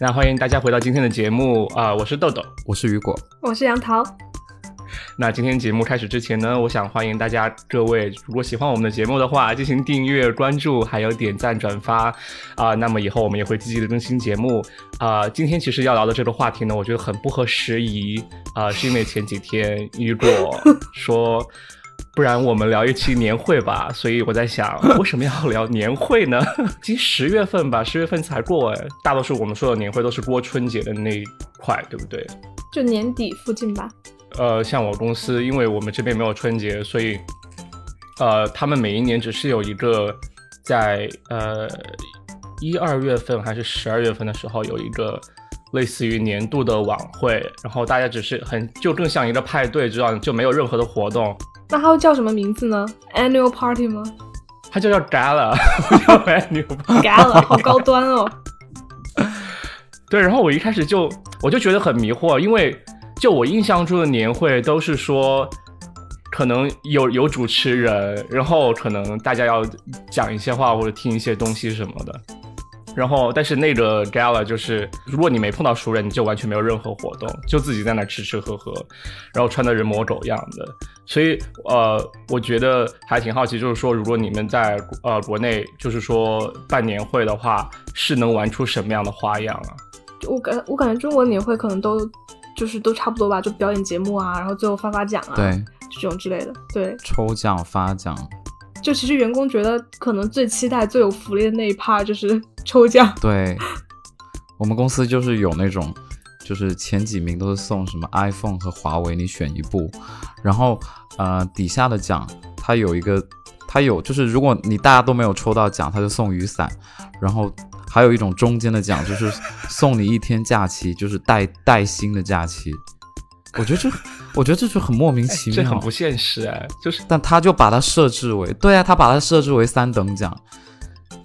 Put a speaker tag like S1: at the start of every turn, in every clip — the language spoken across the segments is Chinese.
S1: 那欢迎大家回到今天的节目啊、我是豆豆。
S2: 我是雨果，
S3: 我是杨桃，
S1: 那今天节目开始之前呢，我想欢迎大家各位，如果喜欢我们的节目的话，进行订阅、关注，还有点赞、转发啊、那么以后我们也会积极的更新节目啊、今天其实要聊的这个话题呢，我觉得很不合时宜啊、是因为前几天雨果说。不然我们聊一期年会吧，所以我在想，为什么要聊年会呢？ 其实十月份吧，十月份才过哎，大多数我们说的年会都是过春节的那一块，对不对？
S3: 就年底附近吧。
S1: 呃，像我公司，因为我们这边没有春节，所以呃，他们每一年只是有一个在呃一二月份还是十二月份的时候有一个类似于年度的晚会，然后大家只是很就更像一个派对这样，就没有任何的活动，
S3: 那它会叫什么名字呢？Annual Party 吗
S1: 它就叫 gala，不 叫 annual
S3: ？Gala，好高端哦。
S1: 对，然后我一开始就我就觉得很迷惑，因为就我印象中的年会都是说，可能有有主持人，然后可能大家要讲一些话或者听一些东西什么的。然后，但是那个 gala 就是，如果你没碰到熟人，你就完全没有任何活动，就自己在那吃吃喝喝，然后穿的人模狗样的。所以，呃，我觉得还挺好奇，就是说，如果你们在呃国内，就是说办年会的话，是能玩出什么样的花样啊？
S3: 就我感我感觉中国年会可能都就是都差不多吧，就表演节目啊，然后最后发发奖啊，
S2: 对，
S3: 这种之类的。对，
S2: 抽奖发奖，
S3: 就其实员工觉得可能最期待、最有福利的那一 part 就是 抽奖。
S2: 对，我们公司就是有那种，就是前几名都是送什么 iPhone 和华为，你选一部，然后呃底下的奖它有一个，它有就是如果你大家都没有抽到奖，它就送雨伞，然后还有一种中间的奖就是送你一天假期，就是带带薪的假期，我觉得这我觉得这就很莫名其
S1: 这
S2: 妙，
S1: 很不现实哎，就是
S2: 但他就把它设置为，对啊，他把它设置为三等奖，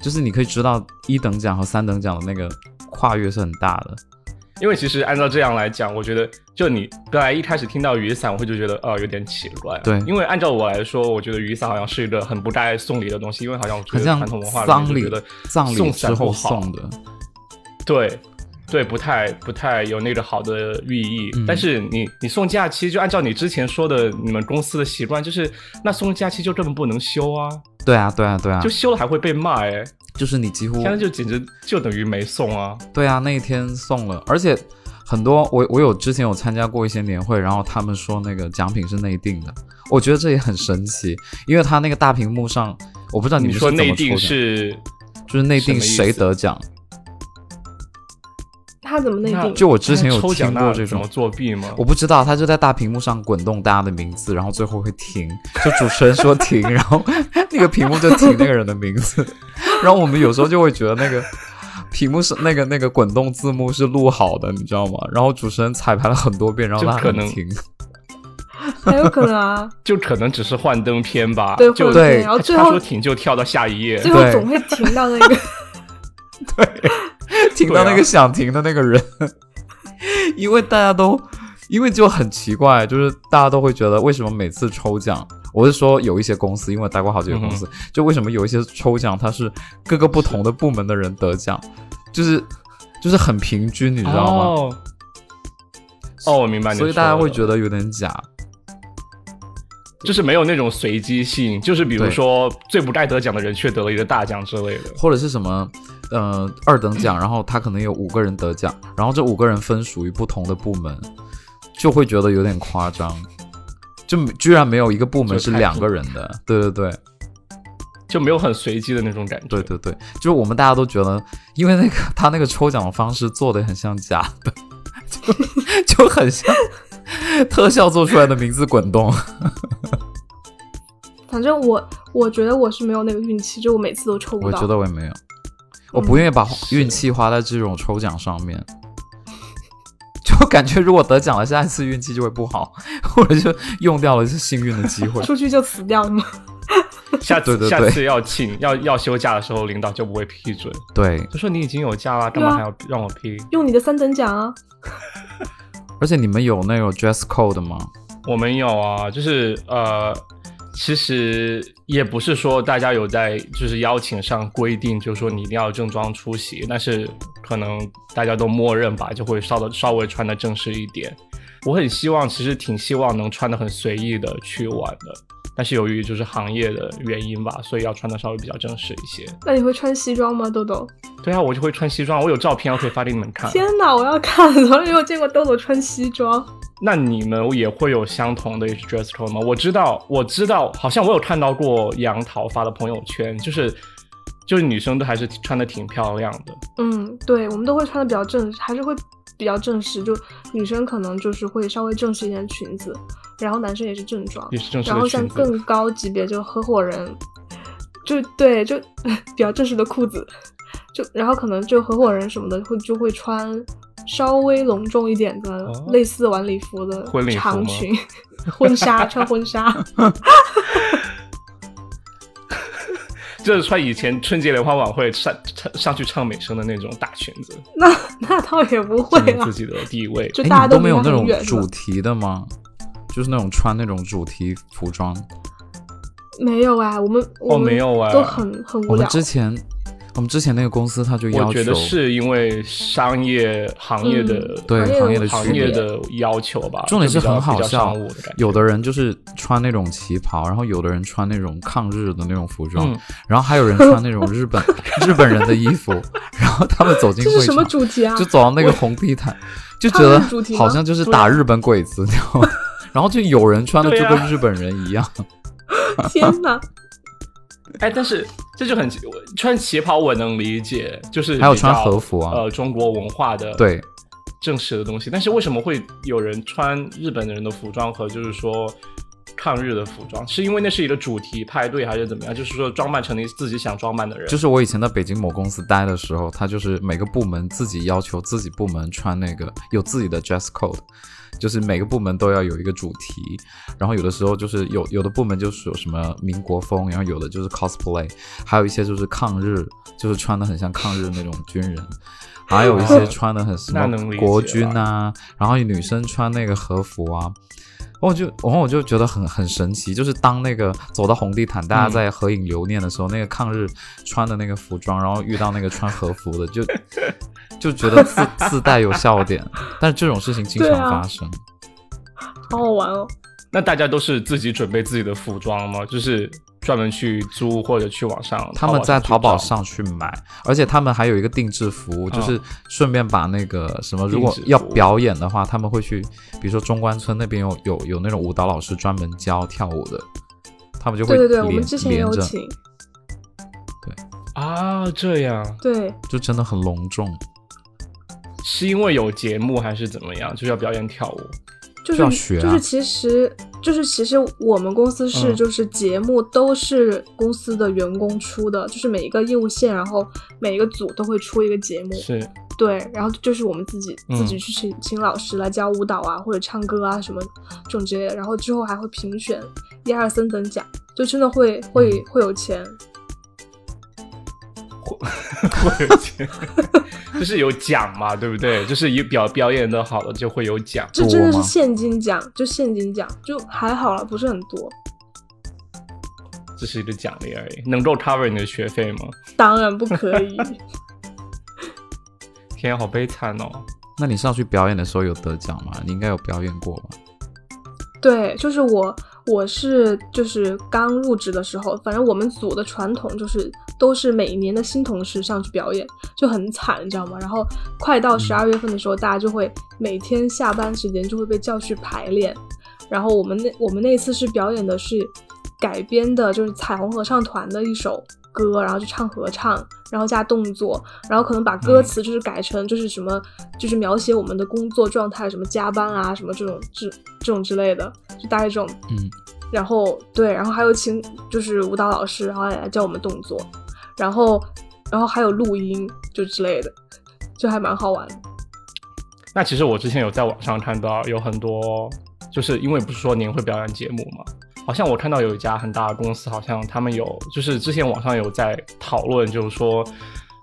S2: 就是你可以知道一等奖和三等奖的那个跨越是很大的。
S1: 因为其实按照这样来讲，我觉得就你本来一开始听到雨伞，我会就觉得哦、有点奇怪。
S2: 对
S1: 因为按照我来说，我觉得雨伞好像是一个很不该送礼的东西，因为好像我觉
S2: 很
S1: 得
S2: 像
S1: 传统文化里面
S2: 丧
S1: 就
S2: 礼
S1: 觉得，
S2: 葬礼
S1: 送
S2: 之
S1: 伞
S2: 后
S1: 不好
S2: 送的，
S1: 对对不太不太有那个好的寓意。
S2: 嗯
S1: 但是你你送假期，就按照你之前说的你们公司的习惯，就是那送假期就根本不能休啊，
S2: 对啊，对啊，对啊，
S1: 就
S2: 就是、
S1: 休了还会被骂哎、
S2: 你几乎
S1: 现在就简直就等于没送啊。
S2: 对啊，那一天送了，而且很多我我有之前有参加过一些年会，然后他们说那个奖品是内定的，我觉得这也很神奇，因为他那个大屏幕上，我不知道
S1: 你
S2: 们
S1: 说
S2: 是怎
S1: 内
S2: 么抽
S1: 定
S2: 奖，
S1: 是
S2: 就是内
S1: 什么
S2: 定
S1: 意
S2: 谁
S1: 思
S2: 得奖，
S3: 他怎么内
S1: 那
S3: 定？
S2: 就我之前有
S1: 那哎抽奖
S2: 听
S1: 那
S2: 过这
S1: 怎
S2: 种
S1: 么。作弊吗？
S2: 我不知道，他就在大屏幕上滚动大家的名字，然后最后会停，就主持人 说停，然后那个屏幕就停那个人的名字，然后我们有时候就会觉得那个屏幕是那个那个滚动字幕是录好的，你知道吗？然后主持人彩排了很多遍，然后
S1: 就
S2: 他
S1: 可
S2: 很
S1: 能
S2: 停，
S3: 很有可能啊，
S1: 就可能只是幻灯片吧，
S3: 对，
S1: 就
S3: 或者是
S2: 对
S3: 然后
S1: 他
S3: 最
S1: 他
S3: 后
S1: 说停就跳到下一页
S3: 最，后
S2: 对
S3: 总会停到那个。
S2: 停到那
S1: 对啊
S2: 个想停的那个人， 因为大家都，因为就很奇怪，就是大家都会觉得为什么每次抽奖，我是说有一些公司，因为我待过好几个公司，就为什么有一些抽奖它是各个不同的部门的人得奖，就是就是很平均，你
S1: 你
S2: 知道吗？
S1: 吗？哦，我明白你说
S2: 所
S1: 的，
S2: 以大家会觉得有点假，
S1: 就是没有那种随机性，就是比如
S2: 对
S1: 说最不该得奖的人却得了一个大奖之类的。
S2: 或者是什么，呃，二等奖，然后他可能有五个人得奖，然后这五个人分属于不同的部门，就会觉得有点夸张，就居然没有一个部门
S1: 就是太
S2: 两个人的，对对对
S1: 就没有很随机的那种感觉。
S2: 对对对，就是我们大家都觉得，因为那个他那个抽奖的方式做的很像假的，就 就很像 特效做出来的名字滚动，
S3: 反正我我觉得我是没有那个运气，就我每次都抽不嗯
S2: 我
S3: 到。。
S2: 觉得我也没有，我不愿意把
S1: 是
S2: 运气花在这种抽奖上面， 就感觉如果得奖了，下一次运气就会不好，或者就用掉了是幸运的机会
S3: 出去就死掉了吗？
S1: 下次
S2: 对对对
S1: 下次要请要要休假的时候，领导就不会批准，
S2: 对，
S1: 就说你已经有假了，干
S3: 对啊
S1: 嘛还要让我批？
S3: 用你的三等奖啊！
S2: 而且你们有那种 dress code 吗？
S1: 我们有啊，就是呃，其实也不是说大家有在就是邀请上规定，就是说你一定要正装出席，但是可能大家都默认吧，就会稍的稍微穿的正式一点。我很希望，其实挺希望能穿的很随意的去玩的，但是由于就是行业的原因吧，所以要穿的稍微比较正式一些。
S3: 那你会穿西装吗，豆豆？
S1: 对啊，我就会穿西装，我有照片，我可以发给你们 看。
S3: 天哪，我要看！从来没有见过豆豆穿西装。
S1: 那你们也会有相同的 dress code 吗？我知道，我知道，好像我有看到过杨桃发的朋友圈，就是就是女生都还是穿的挺漂亮的。
S3: 嗯，对，我们都会穿的比较正，还是会比较正式。就女生可能就是会稍微正式一点的裙子，然后男生也是正装，
S1: 也是正式的
S3: 然后像
S1: 裙子
S3: 更高级别就合伙人，就对，就比较正式的裤子，就然后可能就合伙人什么的会就会穿稍微隆重一点的、
S1: 哦
S3: 类似晚礼服的
S1: 婚礼服
S3: 长
S1: 吗
S3: 裙、婚纱，穿婚纱。
S1: 就是穿以前春节联欢晚会上上上去唱美声的那种大裙子，
S3: 那那倒也不会
S1: 证明
S3: 啦
S1: 自，己的地位。
S3: 啊就
S2: 哎，
S3: 大家
S2: 你都
S3: 离
S2: 没有
S3: 他
S2: 那
S3: 很
S2: 种
S3: 远
S2: 主
S3: 了
S2: 题的吗？就是那种穿那种主题服装。
S3: 没有啊，我们我
S1: 哦
S3: 们
S1: 没有啊
S3: 都很很无
S2: 我们
S3: 聊。
S2: 之前，我们之前那个公司他就要
S1: 我觉得
S2: 求，
S1: 是因为商业行业的、
S3: 嗯
S2: 对
S3: 行
S2: 行
S3: 业
S2: 业
S3: 的
S2: 的
S1: 行
S2: 区
S1: 业
S2: 别
S1: 的要求吧。
S2: 重点是
S1: 就比较
S2: 很好
S1: 比较
S2: 笑
S1: 商务的感觉。
S2: 有的人就是穿那种旗袍，然后有的人穿那种抗日的那种服装，
S1: 嗯
S2: 然后还有人穿那种日 本日本人的衣服，然后他们走进
S3: 这是
S2: 会
S3: 什么
S2: 场，
S3: 主题啊？
S2: 就走到那个红地毯，就觉
S3: 抗日
S2: 得
S3: 主题吗
S2: 好像就是打日本鬼子，你知道吗？ 然后就有人穿的就
S1: 对啊
S2: 跟日本人一样，
S3: 天哪！
S1: 哎，但是这就很奇我穿旗袍我能理解，就是
S2: 还有
S1: 比较
S2: 穿和服啊
S1: 呃，中国文化的
S2: 对，
S1: 正式的东西。但是为什么会有人穿日本人的服装和就是说抗日的服装？是因为那是一个主题派对还是怎么样？就是说装扮成了自己想装扮的人，
S2: 就是我以前在北京某公司待的时候，他就是每个部门自己要求自己部门穿那个有自己的 dress code，就是每个部门都要有一个主题，然后有的时候就是有有的部门就是有什么民国风，然后有的就是 cosplay，还有一些就是抗日，就是穿的很像抗日那种军人。还有一 些穿的很什
S1: 那
S2: 么
S1: 能理解
S2: 国军啊，然后女生穿那个和服啊，我就然后我就觉得很很神奇，就是当那个走到红地毯，大
S3: 嗯
S2: 家在合影留念的时候，那个抗日穿的那个服装，然后遇到那个穿和服的， 就就觉得自自带有笑点。但是这种事情经
S3: 对
S2: 常
S3: 啊
S2: 发生，
S3: 好好玩哦。
S1: 那大家都是自己准备自己的服装吗？就是专门去租或者去网上，
S2: 他们在
S1: 淘
S2: 淘
S1: 宝
S2: 宝
S1: 上
S2: 上去买，而且他们还有一个定制服务，
S3: 嗯
S2: 就是顺便把那个什么，如果
S1: 定制
S2: 要
S1: 服务
S2: 表演的话，他们会去，比如说中关村那边有有有那种舞蹈老师专门教跳舞的，他 们就会
S3: 对对对，我们
S2: 连
S3: 之前也
S2: 连
S3: 有
S2: 着，
S3: 请，
S1: 找啊，这样
S3: 对，
S2: 就真的很隆重。
S1: 是因为有节目还是怎么样？就是要表演跳舞。
S3: 就
S2: 就要
S3: 是
S2: 学啊
S3: 就是其实就是其实我们公司是
S1: 嗯
S3: 就是节目都是公司的员工出的，就是每一个业务线，然后每一个组都会出一个节目，
S1: 是，
S3: 对，然后就是我们自己
S1: 嗯
S3: 自己去请请老师来教舞蹈啊，或者唱歌啊什么这种之类的，然后之后还会评选一二三等奖，就真的会
S2: 嗯
S3: 会会有钱，
S1: 会有钱， 就是有奖嘛，对不对？就是以表表演的好了就会有奖。
S3: 这
S2: 多
S3: 真的是
S2: 吗
S3: 现金奖，就现金奖，就还好了，不是很多。
S1: 这是一个奖励而已，能够 cover 你的学费吗？
S3: 当然不 可以，
S1: 天啊，好悲惨哦！
S2: 那你上去表演的时候有得奖吗？你应该有表演过吧？
S3: 对，就是我，我是就是刚入职的时候，反正我们组的传统就是都是每一年的新同事上去表演，就很惨，你知道吗？然后快到十二月份的时候，大家就会每天下班时间就会被叫去排练。然后我们那我们那次是表演的是改编的，就是彩虹合唱团的一首歌，然后就唱合唱，然后加动作，然后可能把歌词就是改成就是什么，就是描写我们的工作状态，什么加班啊，什么这种这这种之类的，就大概这种。
S2: 嗯，
S3: 然后对，然后还有请就是舞蹈老师，然后来教我们动作，然后然后还有录音就之类的，就还蛮好玩的。
S1: 那其实我之前有在网上看到有很多，就是因为不是说年会表演节目嘛，好像我看到有一家很大的公司，好像他们有，就是之前网上有在讨论，就是说，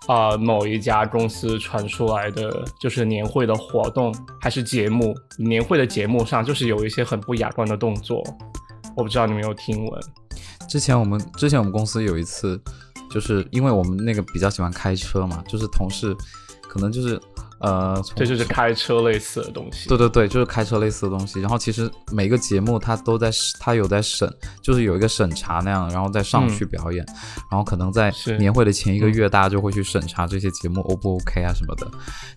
S1: 啊、某一家公司传出来的就是年会的活动还是节目，年会的节目上就是有一些很不雅观的动作，我不知道你们有没有听闻。
S2: 之前我们之前我们公司有一次，就是因为我们那个比较喜欢开车嘛，就是同事可能就是呃，从
S1: 这就是开车类似的东西。
S2: 对对对，就是开车类似的东西。然后其实每个节目它都在，它有在审，就是有一个审查那样，然后再上去表演。然后可能在
S1: 是
S2: 年会的前一个月，大家就会去审查这些节目 O 不 OK 啊什么的。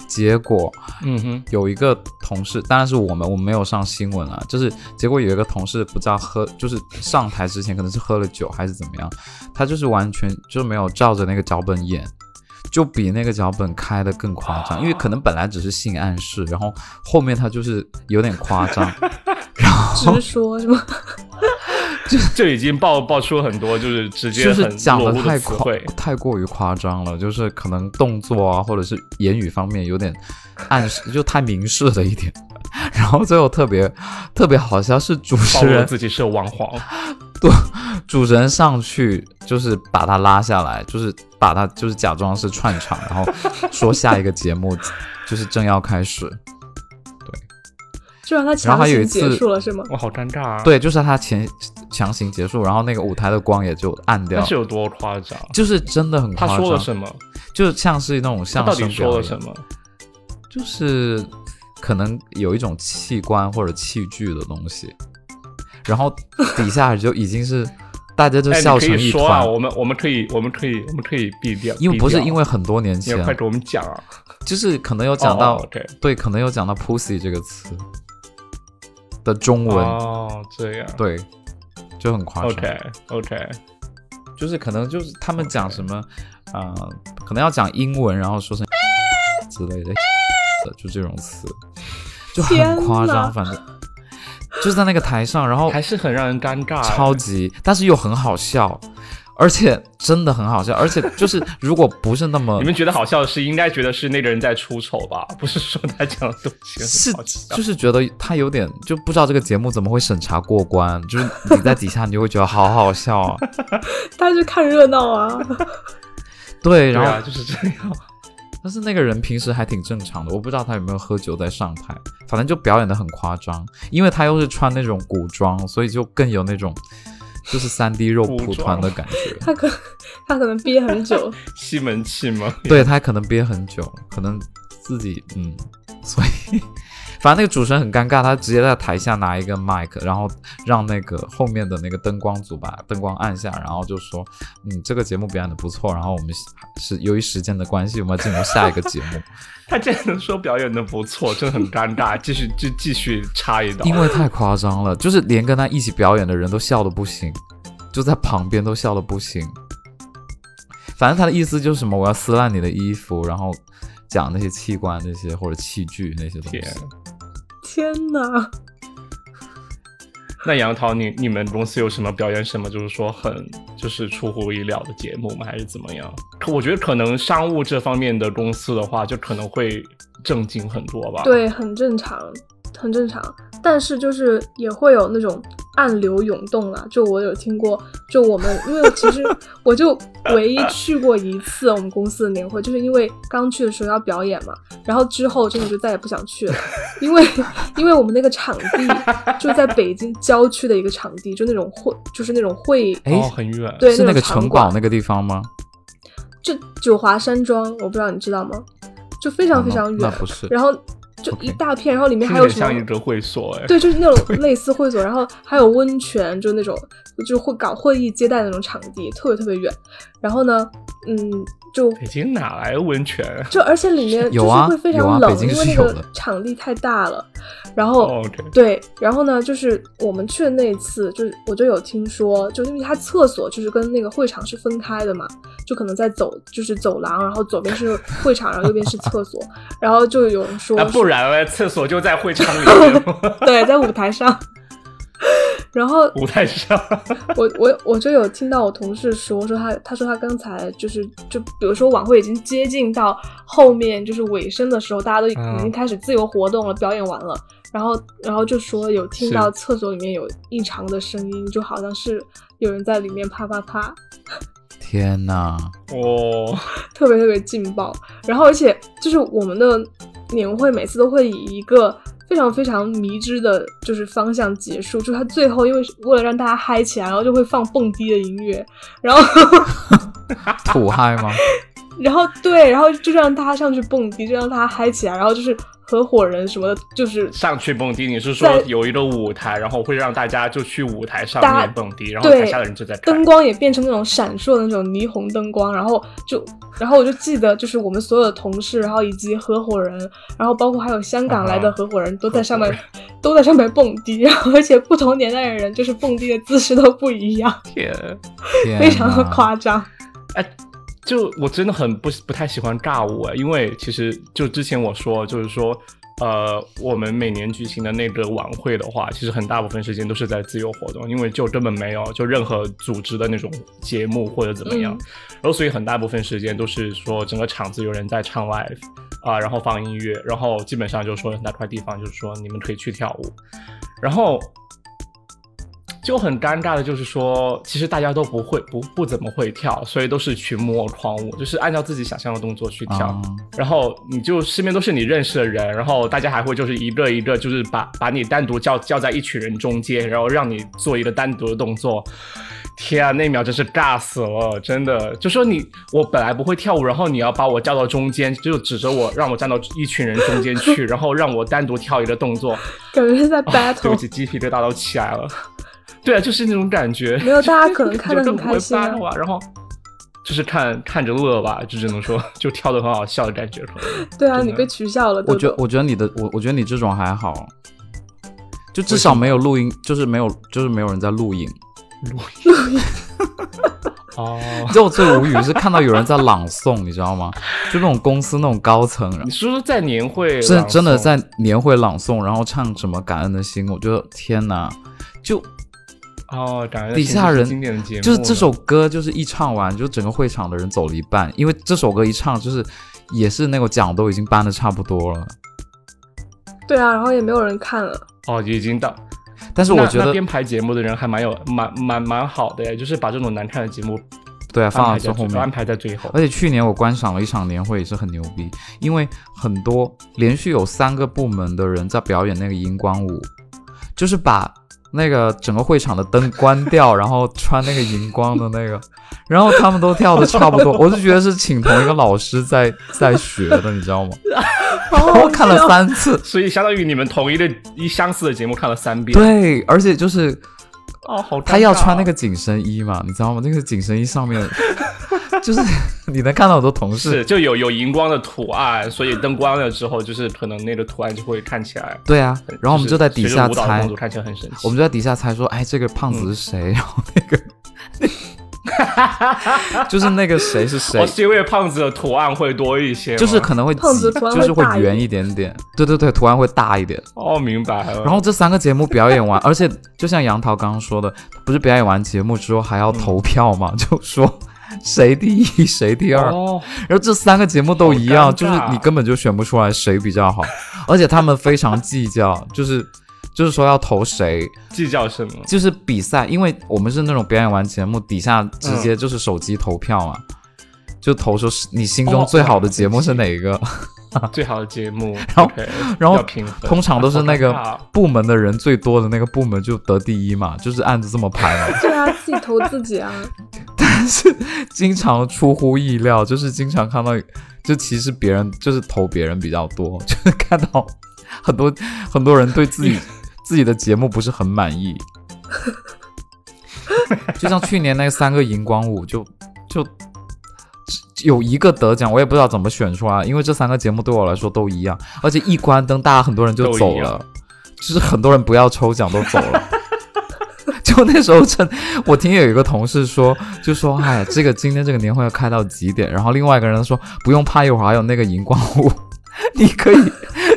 S2: 结果
S1: 嗯哼，
S2: 有一个同事，当然是我们，我们没有上新闻啊。就是结果有一个同事不知道喝，就是上台之前可能是喝了酒还是怎么样，他就是完全就没有照着那个脚本演，就比那个脚本开的更夸
S1: 啊
S2: 张。因为可能本来只是性暗示，然后后面他就是有点夸张，
S3: 直说是吗？
S1: 就已经爆爆出很多就是直接
S2: 就是
S1: 很
S2: 讲
S1: 裸
S2: 的
S1: 露
S2: 太
S1: 的词
S2: 夸
S1: 汇。
S2: 太过于夸张了，就是可能动作啊或者是言语方面有点暗示，就太明示了一点。然后最后特别特别好笑是主
S1: 暴
S2: 持
S1: 露
S2: 人
S1: 自己是王皇，
S2: 主持人上去就是把他拉下来，就是把他就是假装是串场，然后说下一个节目就是正要 开始。
S3: 就让他
S2: 然后
S3: 强
S2: 还有一
S3: 行
S2: 次
S3: 结束了是吗？
S1: 我好尴尬啊！，
S2: 对，就是他前强行结束，然后那个舞台的光也就暗
S1: 那
S2: 掉
S1: 是，有多夸张？
S2: 就是真的很夸
S1: 他
S2: 张。
S1: 说了什么？
S2: 就像是那种
S1: 他
S2: 相
S1: 到
S2: 声
S1: 底说了
S2: 表演
S1: 什么？
S2: 就是可能有一种器官或者器具的东西，然后底下就已经是大家就
S1: 哎，
S2: 笑
S1: 你可
S2: 成
S1: 以
S2: 一
S1: 说啊，
S2: 团。
S1: 我们我们可以我们可以我们可以避掉，
S2: 因为不是
S1: 避掉
S2: 因为很多年
S1: 你要
S2: 前，
S1: 快给我们讲啊！
S2: 就是可能有讲
S1: 哦
S2: 到
S1: 哦，OK
S2: 对，可能有讲到 pussy 这个词的中文，
S1: 哦，这样
S2: 对，就很夸张。
S1: ，OK OK，
S2: 就是可能就是他们讲什么，啊，可能要讲英文，然后说成之类的，就这种词，就
S3: 天
S2: 很夸
S3: 哪
S2: 张，反正就是在那个台上，然后
S1: 还是很让人尴尬。
S2: 哦超级，但是又很好笑。而且真的很好笑，而且就是如果不是那么
S1: 你们觉得好笑的是，应该觉得是那个人在出丑吧？不是说他讲的东西
S2: 是
S1: 很好笑
S2: 就是觉得他有点就不知道这个节目怎么会审查过关，就是你在底下你就会觉得好好笑 啊。
S3: 他是看热闹啊，
S1: 对
S2: 对，然后、
S1: 啊，就是这样。
S2: 但是那个人平时还挺正常的，我不知道他有没有喝酒在上台，反正就表演的很夸张，因为他又是穿那种古装，所以就更有那种就是三 D 肉
S1: 古
S2: 蒲团
S1: 装
S2: 的感觉。
S3: 他可他可能憋 很久，
S1: 西门庆吗？
S2: 对他可能憋很久，可能自己嗯， 所以反正那个主持人很尴尬，他直接在台下拿一个麦克，然后让那个后面的那个灯光组把灯光按下，然后就说嗯这个节目表演的不错，然后我们是由于时间的关系，我们要进入下一个节目，
S1: 他竟然能说表演的不 错，真的很尴尬。继续就继续插一刀，
S2: 因为太夸张了，就是连跟他一起表演的人都笑的不行，就在旁边都笑的不行。反正他的意思就是什么，我要撕烂你的衣服，然后讲那些器官那些或者器具那些东西
S1: 天。
S3: 天哪！
S1: 那杨桃，你你们公司有什么表演什么，就是说很就是出乎意料的节目吗？还是怎么样？可我觉得可能商务这方面的公司的话，就可能会正经很多吧。，哦
S3: 对，很正常，很正常。但是就是也会有那种暗流涌动啦，就我有听过，就我们因为 其实我就唯一去过一次我们公司的年会，就是因为刚去的时候要表演嘛，然后之后真的就再也不想去了，因为因为我们那个场地就在北京郊区的一个场地，就那种会就是那种会
S2: 哎、
S1: 哦，很远。
S3: 对
S2: 是那个
S3: 种场
S2: 城
S3: 馆
S2: 堡那个地方吗？
S3: 就九华山庄，我不知道你知道吗？就非常非常
S2: 哦嗯那
S3: 远，
S2: 不是，
S3: 然后就
S2: OK
S3: 一大片，然后里面
S1: 听
S3: 还
S1: 着
S3: 有
S1: 很
S3: 什么
S1: 像一？个会所 哎。
S3: 对，就是那种类似会所，然后还有温泉，就那种就会搞会议接待的那种场地，特别特别远。然后呢，嗯，就
S1: 北京哪来温泉啊？
S3: 就而且里面
S2: 有
S3: 就是
S2: 啊
S3: 会非
S2: 有啊
S3: 常冷，
S2: 北京
S3: 因为
S2: 是
S3: 那
S2: 有
S3: 个
S2: 的
S3: 场地太大了。然后、
S1: 哦，OK
S3: 对，然后呢，就是我们去的那一次，就是我就有听说，就是因为它厕所就是跟那个会场是分开的嘛，就可能在走就是走廊，然后左边是会场，然后右边是厕所，然后就有 人说
S1: 那不然嘞，厕所就在会场里面吗，
S3: 对，在舞台上。然后
S1: 舞台上。
S3: 我我我就有听到我同事说说他他说他刚才就是就比如说晚会已经接近到后面就是尾声的时候，大家都已
S1: 嗯
S3: 经开始自由活动了，表演完了，然后然后就说有听
S1: 是
S3: 到厕所里面有异常的声音，就好像是有人在里面啪啪啪，
S2: 天哪！
S1: 哦，
S3: 特别特别劲爆。然后而且就是我们的年会每次都会以一个非常非常迷之的，就是方向结束。就是他最后因为是为了让大家嗨起来，然后就会放蹦迪的音乐，然后
S2: 土嗨吗？
S3: 然后对，然后就让大家上去蹦迪，就让大家嗨起来，然后就是合伙人什么的，就是
S1: 上去蹦迪，你是说
S3: 在
S1: 有一个舞台，然后会让大家就去舞台上
S3: 大
S1: 面蹦迪，然后台
S3: 对
S1: 下的人就在看
S3: 灯光也变成那种闪烁的那种霓虹灯光，然后就，然后我就记得，就是我们所有的同事，然后以及合伙人，然后包括还有香港来的合伙人，都在上面
S1: 合，
S3: 都在上面蹦迪，然后而且不同年代的人就是蹦迪的姿势都不一样，
S1: 天，
S2: 天
S3: 非常的
S2: 哪
S3: 夸张。
S1: 哎，就我真的很不不太喜欢尬舞、哎，因为其实就之前我说，就是说，呃，我们每年举行的那个晚会的话，其实很大部分时间都是在自由活动，因为就根本没有就任何组织的那种节目或者怎么样，
S3: 嗯
S1: 然后所以很大部分时间都是说整个场子有人在唱 live 啊、然后放音乐，然后基本上就说那块地方就是说你们可以去跳舞，然后就很尴尬的就是说，其实大家都不会不不怎么会跳，所以都是群魔狂舞，就是按照自己想象的动作去跳。
S2: 啊
S1: 然后你就身边都是你认识的人，然后大家还会就是一个一个就是把把你单独叫叫在一群人中间，然后让你做一个单独的动作。天啊，那一秒真是尬死了，真的。就说你我本来不会跳舞，然后你要把我叫到中间，就指着我让我站到一群人中间去，然后让我单独跳一个动作，
S3: 感觉是在
S1: 啊对
S3: battle，、
S1: 不 起，鸡皮疙瘩都起来了。对啊，就是那种感觉。
S3: 没有大家可能看 得很开心啊
S1: 啊。然后就是看看着乐吧，就只能说就跳的很好笑的感觉。可能
S3: 对啊，
S1: 真的
S3: 你被取笑了，
S2: 我
S3: 对
S2: 觉
S3: 吧
S2: 得？我觉得你的我我觉得你这种还好，就至少没有录音，就是没有就是没有人在录影。
S1: 哦
S2: 你，知道我最无语是看到有人在朗诵，你知道吗？就那种公司那种高层，然
S1: 你是说在年会
S2: 真
S1: 朗诵
S2: 真的在年会朗诵，然后唱什么感恩的心，我觉得天哪，就
S1: 哦，感觉
S2: 底下人
S1: 经典的节目
S2: 就是这首歌，就是一唱完，就整个会场的人走了一半，因为这首歌一唱就是也是那个奖都已经颁的差不多了，
S3: 对啊，然后也没有人看了。
S1: 哦，已经到。
S2: 但是我
S1: 那
S2: 觉
S1: 那
S2: 得
S1: 编排节目的人还蛮有蛮蛮蛮好的耶，就是把这种难看的节目
S2: 对啊，
S1: 安
S2: 放到
S1: 排
S2: 最
S1: 在
S2: 后面
S1: 安。排在最后。
S2: 而且去年我观赏了一场年会，也是很牛逼，因为很多连续有三个部门的人在表演那个荧光舞，就是把那个整个会场的灯关掉，然后穿那个荧光的那个，然后他们都跳的差不多，我就觉得是请同一个老师在在学的，你知道吗？
S3: 哦，
S2: 我看了三次，
S1: 所以相当于你们同一个一相似的节目看了三遍。，
S2: 对，而且就是
S1: 哦，好尴尬啊。
S2: 他要穿那个紧身衣嘛，你知道吗？那个紧身衣上面 就是你能看到很多同事
S1: 是，就有有荧光的图案，所以灯关了之后，就是可能那个图案就会看起来。
S2: 对啊，然后我们
S1: 就
S2: 就在底下
S1: 是随着舞蹈的
S2: 猜
S1: 动作，看起来很神奇。
S2: 我们就在底下猜说，哎，这个胖子是谁？然后那 个，就是那个谁是谁
S1: 哦，，是因为胖子的图案会多一些吗，
S2: 就是可能会
S3: 胖子
S2: 挤
S3: 图案
S2: 就是
S3: 会大
S2: 会
S3: 一
S2: 圆
S3: 点
S2: 一点点。对对对，图案会大一点。
S1: 哦，明白了。
S2: 然后这三个节目表演完，而且就像杨桃刚刚说的，不是表演完节目之后还要投票嘛，就说谁第一谁第二。
S1: 哦，
S2: 然后这三个节目都一
S1: 好
S2: 样，
S1: 尴尬
S2: 就是你根本就选不出来谁比 较好，而且他们非常计较，就是就是说要投谁，
S1: 计较什么？
S2: 就是比赛，因为我们是那种表演完节目底下直
S1: 嗯
S2: 接就是手机投票嘛，就投说是你心中最好的节目是哪一个，
S1: 最好的节目，
S2: 然后
S1: OK，要
S2: 然后
S1: 平衡，
S2: 通常都是那
S1: 好尴尬
S2: 个
S1: 哦
S2: 部门的人最多的那个部门就得第一嘛，就是按着这么排 嘛。
S3: 对啊，自己投自 己啊，
S2: 经常出乎意料，就是经常看到，就其实别人就是投别人比较多，就是看到很多很多人对自己 自己的节目不是很满意。 就像去年那三个荧光舞，就就只有一个得奖，我也不知道怎么选出来，因为这三个节目对我来说都一样，而且一关灯，大家很多人就
S1: 都一
S2: 走
S1: 样
S2: 了，就是很多人不要抽奖都走了。 就那时候真，我听有一个同事说，就说哎，这个今天这个年会要开到几点？然后另外一个人说不用怕，一会儿还有那个荧光舞， 你可以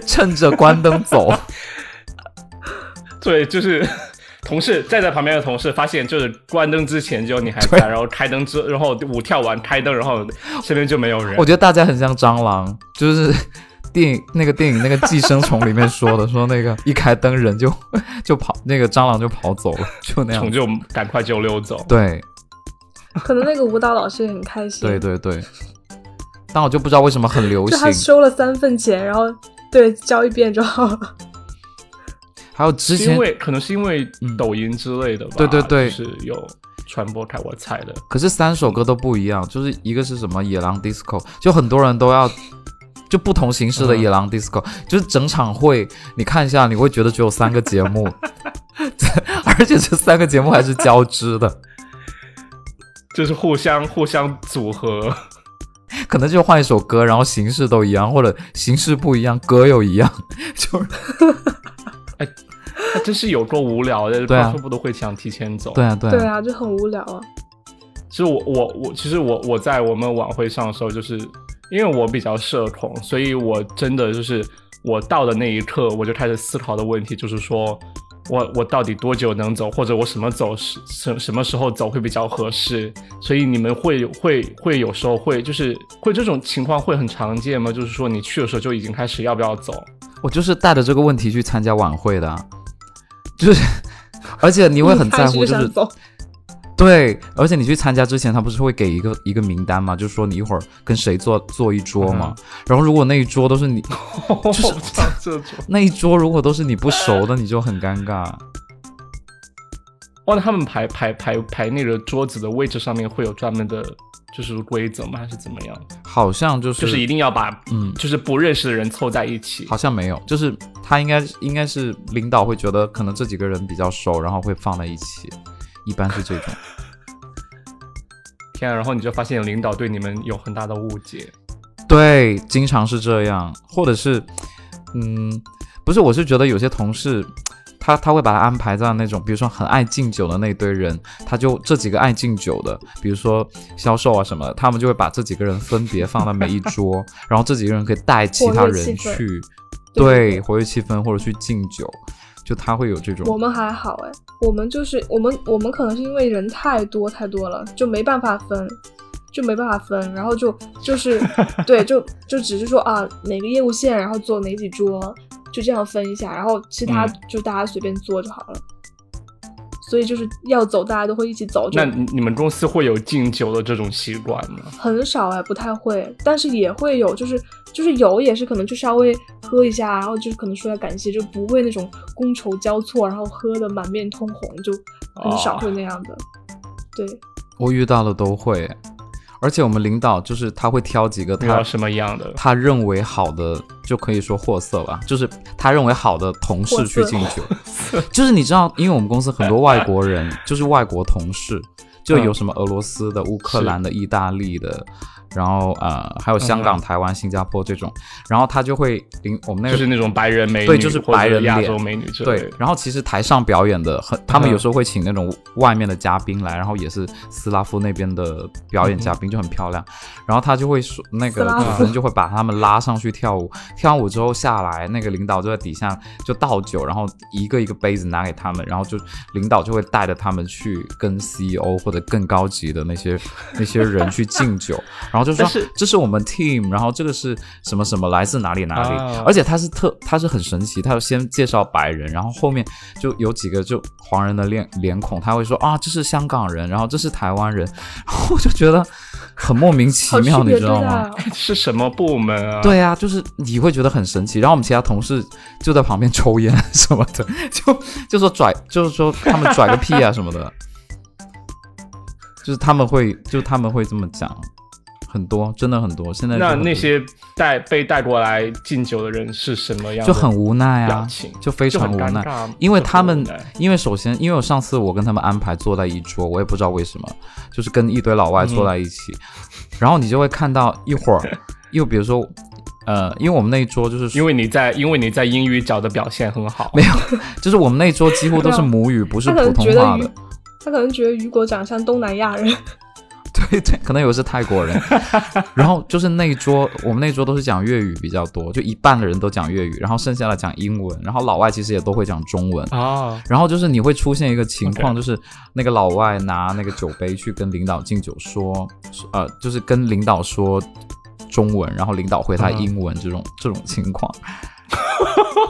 S2: 趁着关灯 走。
S1: 对，就是。 同事站在旁边的同事发现，就是关灯之前就你还在，然后开灯之，然后舞跳完开灯，然后身边就没有人
S2: 我。觉得大家很像蟑螂，就是 电影那个电影那个《寄生虫》里面说的，说那个一开灯人就 就跑，那个蟑螂就跑走了，就那
S1: 虫
S2: 样。
S1: 就赶快就溜走。
S2: 对
S3: 可能那个舞蹈老师也很开心。
S2: 对对对，但我就不知道为什么很流
S3: 就
S2: 行。
S3: 他收了三份钱，然后对交一遍就好了。
S2: 还有之
S1: 是因
S2: 前，
S1: 为可能是因为
S2: 嗯
S1: 抖音之类的吧，
S2: 对对对
S1: 就是有传播开，我猜的。
S2: 可是三首歌都不一样，就是一个是什么野狼 disco，就很多人都要。就不同形
S1: 嗯
S2: 式的野狼 disco，、就是整场会，你看一下，你会觉得只有三个节目， 而且这三个节目还是交织的，
S1: 就是互相互相组合，
S2: 可能就换一首歌，然后形式都一样，或者形式不一样，歌又一样，就是
S1: 还真是有够无聊的。
S2: 对啊
S1: 不都会想提前走。
S2: 对啊对啊，
S3: 对啊，就很无聊啊。
S1: 其实我我我，其实我我在我们晚会上的时候，就是因为我比较社恐，所以我真的就是我到的那一刻，我就开始思考的问题就是说，我我到底多久能走，或者我什么走时什什么时候走会比较合适？所以你们会有会会有时候会就是会这种情况会很常见吗？就是说你去的时候就已经开始要不要走？
S2: 我就是带着这个问题去参加晚会的、啊，就是， 而且你会很在乎，
S3: 一
S2: 就
S3: 开始想
S2: 是
S3: 走，
S2: 对，而且你去参加之前，他不是会给一个一个名单嘛，就是说你一会儿跟谁坐坐一桌嘛，然后如果那一桌都是你，
S1: 就是这 种
S2: 那一桌如果都是你不熟的，你就很尴尬。
S1: 哦，那他们排排排排那个桌子的位置上面会有专门的，就是规则吗？还是怎么样？
S2: 好像就是
S1: 就是一定要把
S2: 嗯，
S1: 就是不认识的人凑在一起。
S2: 好像没有，就是他应该应该是领导会觉得可能这几个人比较熟，然后会放在一起，一般是这种。
S1: 天啊！然后你就发现领导对你们有很大的误解。
S2: 对，经常是这样，或者是，嗯，不是，我是觉得有些同事，他他会把他安排在那种，比如说很爱敬酒的那一堆人，他就这几个爱敬酒的，比如说销售啊什么的，他们就会把这几个人分别放在每一桌， 然后这几个人可以带其他
S3: 活跃
S2: 人
S3: 气氛
S2: 去，
S3: 对对
S2: 对，活跃气氛或者去敬酒，就他会有这
S3: 我
S2: 种，
S3: 们还好哎，我们就是我们我们可能是因为人太多太多了，就没办法分，就没办法分，然后就就是 对，就就只是说啊哪个业务线，然后坐哪几桌，就这样分一下，然后其他
S1: 嗯
S3: 就大家随便坐就好了。所以就是要走，大家都会一起走，就
S1: 那你你们公司会有敬酒的这种习惯吗？
S3: 很少哎，不太会，但是也会有，就是就是有也是可能就稍微喝一下，然后就可能说要感谢，就不会那种觥筹交错，然后喝的满面通红，就很
S2: 哦
S3: 少会那样的。对，
S2: 我遇到的都会，而且我们领导就是他会挑几个
S1: 遇
S2: 他
S1: 到什么样的？
S2: 他认为好的就可以说货色吧，就是他认为好的同事去敬 酒，就是你知道，因为我们公司很多外国人，就是外国同事，
S1: 嗯
S2: 就有什么俄罗斯的、乌克兰的、意大利的，然后呃还有香港、
S1: 嗯
S2: 台湾、新加坡这种，然后他就会领我们那
S1: 就
S2: 个
S1: 是那种白人美女，
S2: 对就是白人
S1: 或者亚
S2: 脸
S1: 洲美女之类
S2: 对
S1: 的，。
S2: 然后其实台上表演的很，他
S1: 嗯
S2: 们有时候会请那种外面的嘉宾来，然后也是斯拉夫那边的表演嘉宾，就很漂亮。然后他就会说，那个
S3: 斯拉
S2: 主
S3: 夫
S2: 持人就会把他们拉上去跳舞，跳完舞之后下来，那个领导就在底下就倒酒，然后一个一个杯子拿给他们，然后就领导就会带着他们去跟 CEO 或者更高级的那些那些人去敬酒，然后就说
S1: 但是
S2: 这是我们 team，然后这个是什么什么来自哪里哪里，
S1: 啊
S2: 而且他是特他是很神奇，他先介绍白人，然后后面就有几个就黄人的脸脸孔，他会说啊这是香港人，然后这是台湾人， 然后我就觉得很莫名其
S3: 好区
S2: 妙，你
S3: 别
S2: 知
S3: 对
S2: 道
S3: 待
S2: 吗？
S3: 啊！
S1: 是什么部门啊？，
S2: 对啊，就是你会觉得很神奇，然后我们其他同事就在旁边抽烟 什么的，就就说拽，就是说他们拽个屁啊什么的，就是他们会，就他们会这么讲，很多，真的很多。现在就
S1: 那
S2: 很多
S1: 那些带被带过来敬酒的人是什么样的？
S2: 就很无奈
S1: 表
S2: 啊
S1: 情，
S2: 就非
S1: 就
S2: 常
S1: 很
S2: 无
S1: 尴
S2: 奈，
S1: 尬，
S2: 因为
S1: 就很
S2: 他
S1: 无
S2: 们
S1: 奈
S2: 因为首先，因为我上次我跟他们安排坐在一桌，我也不知道为什么，就是跟一堆老外坐在一起，
S3: 嗯
S2: 然后你就会看到一会 儿，又比如说，呃，因为我们那一桌就是
S1: 因为你在因为你在英语角的表现很好，
S2: 没有，就是我们那一桌几乎都是 母语，不是
S3: 他可
S2: 普
S3: 能
S2: 通
S3: 觉
S2: 话
S3: 得
S2: 的
S3: 雨。，他可能觉得雨果长得像东南亚人，
S2: 对对，可能有的是泰国人。 然后就是那一桌，我们那一桌都是讲粤语比较多，就一半的人都讲粤语，然后剩下的讲英文，然后老外其实也都会讲中文。
S1: 啊，
S2: 然后就是你会出现一个情况
S1: OK
S2: 就是那个老外拿那个酒杯去跟领导敬酒说，说呃，就是跟领导说中文，然后领导回他
S1: 嗯
S2: 英文这种、这种情况，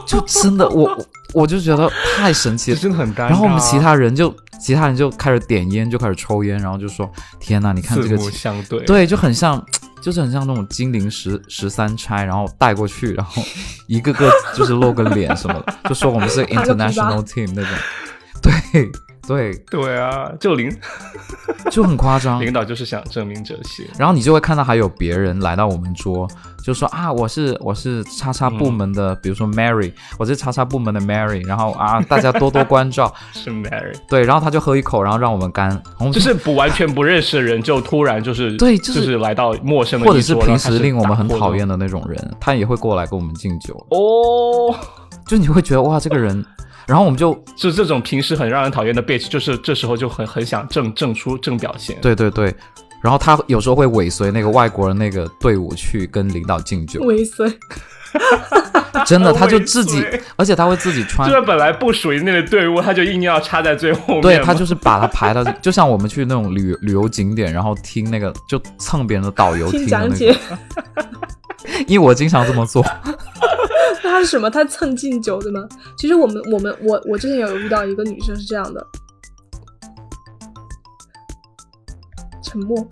S2: 就真的我我我就觉得太神奇
S1: 这
S2: 了，
S1: 真的很尴尬。啊
S2: 然后我们其他人就其他人就开始点烟，就开始抽烟，然后就说：“天呐，你看
S1: 四
S2: 这个
S1: 目，相对，
S2: 对，就很像，就是很像那种金陵十十三钗，然后带过去，然后一个个就是露个脸什么 的，就说我们是
S3: 个皮吧
S2: international team 那种，对对，
S1: 对啊，就领。
S2: 就很夸张
S1: 领导就是想证明这些，
S2: 然后你就会看到还有别人来到我们桌，就说啊，我是我是叉叉部门的，比如说 Mary，我是叉叉部门的 Mary，然后啊，大家多多 关照，
S1: 是 Mary，
S2: 对，然后他就喝一口，然后让我们干，然后我们
S1: 就是不完全不认识的人，就突然就是
S2: 对
S1: 就
S2: 就是
S1: 来到陌生的一
S2: 或
S1: 桌，
S2: 者是平
S1: 然后开
S2: 时
S1: 始
S2: 令我们很
S1: 打破
S2: 讨厌的那种人，他也会过来跟我们敬酒，
S1: 这种哦，
S2: 就你会觉得哇，这个人，然后我们就
S1: 就这种平时很让人讨厌的 bitch，就是这时候就很很想正正出正表现，
S2: 对对对，然后他有时候会尾随那个外国人那个队伍去跟领导敬酒，
S3: 尾随，
S2: 真的，
S1: 尾
S2: 他就自己啊
S1: 随，
S2: 而且他会自己穿
S1: Oh 就，是本来不属于那个队伍，他就硬要插在最后面嘛。
S2: 对他就是把他排到， 就像我们去那种旅旅游景点，然后听那个就蹭别人的导游听
S3: 听
S2: 的那
S3: 讲
S2: 个，
S3: 解。
S2: 因为我经常这么 做，
S3: 那 他是什么？他蹭敬酒对吗？其实我们我们我我之前有遇到一个女生是这样的，沉默，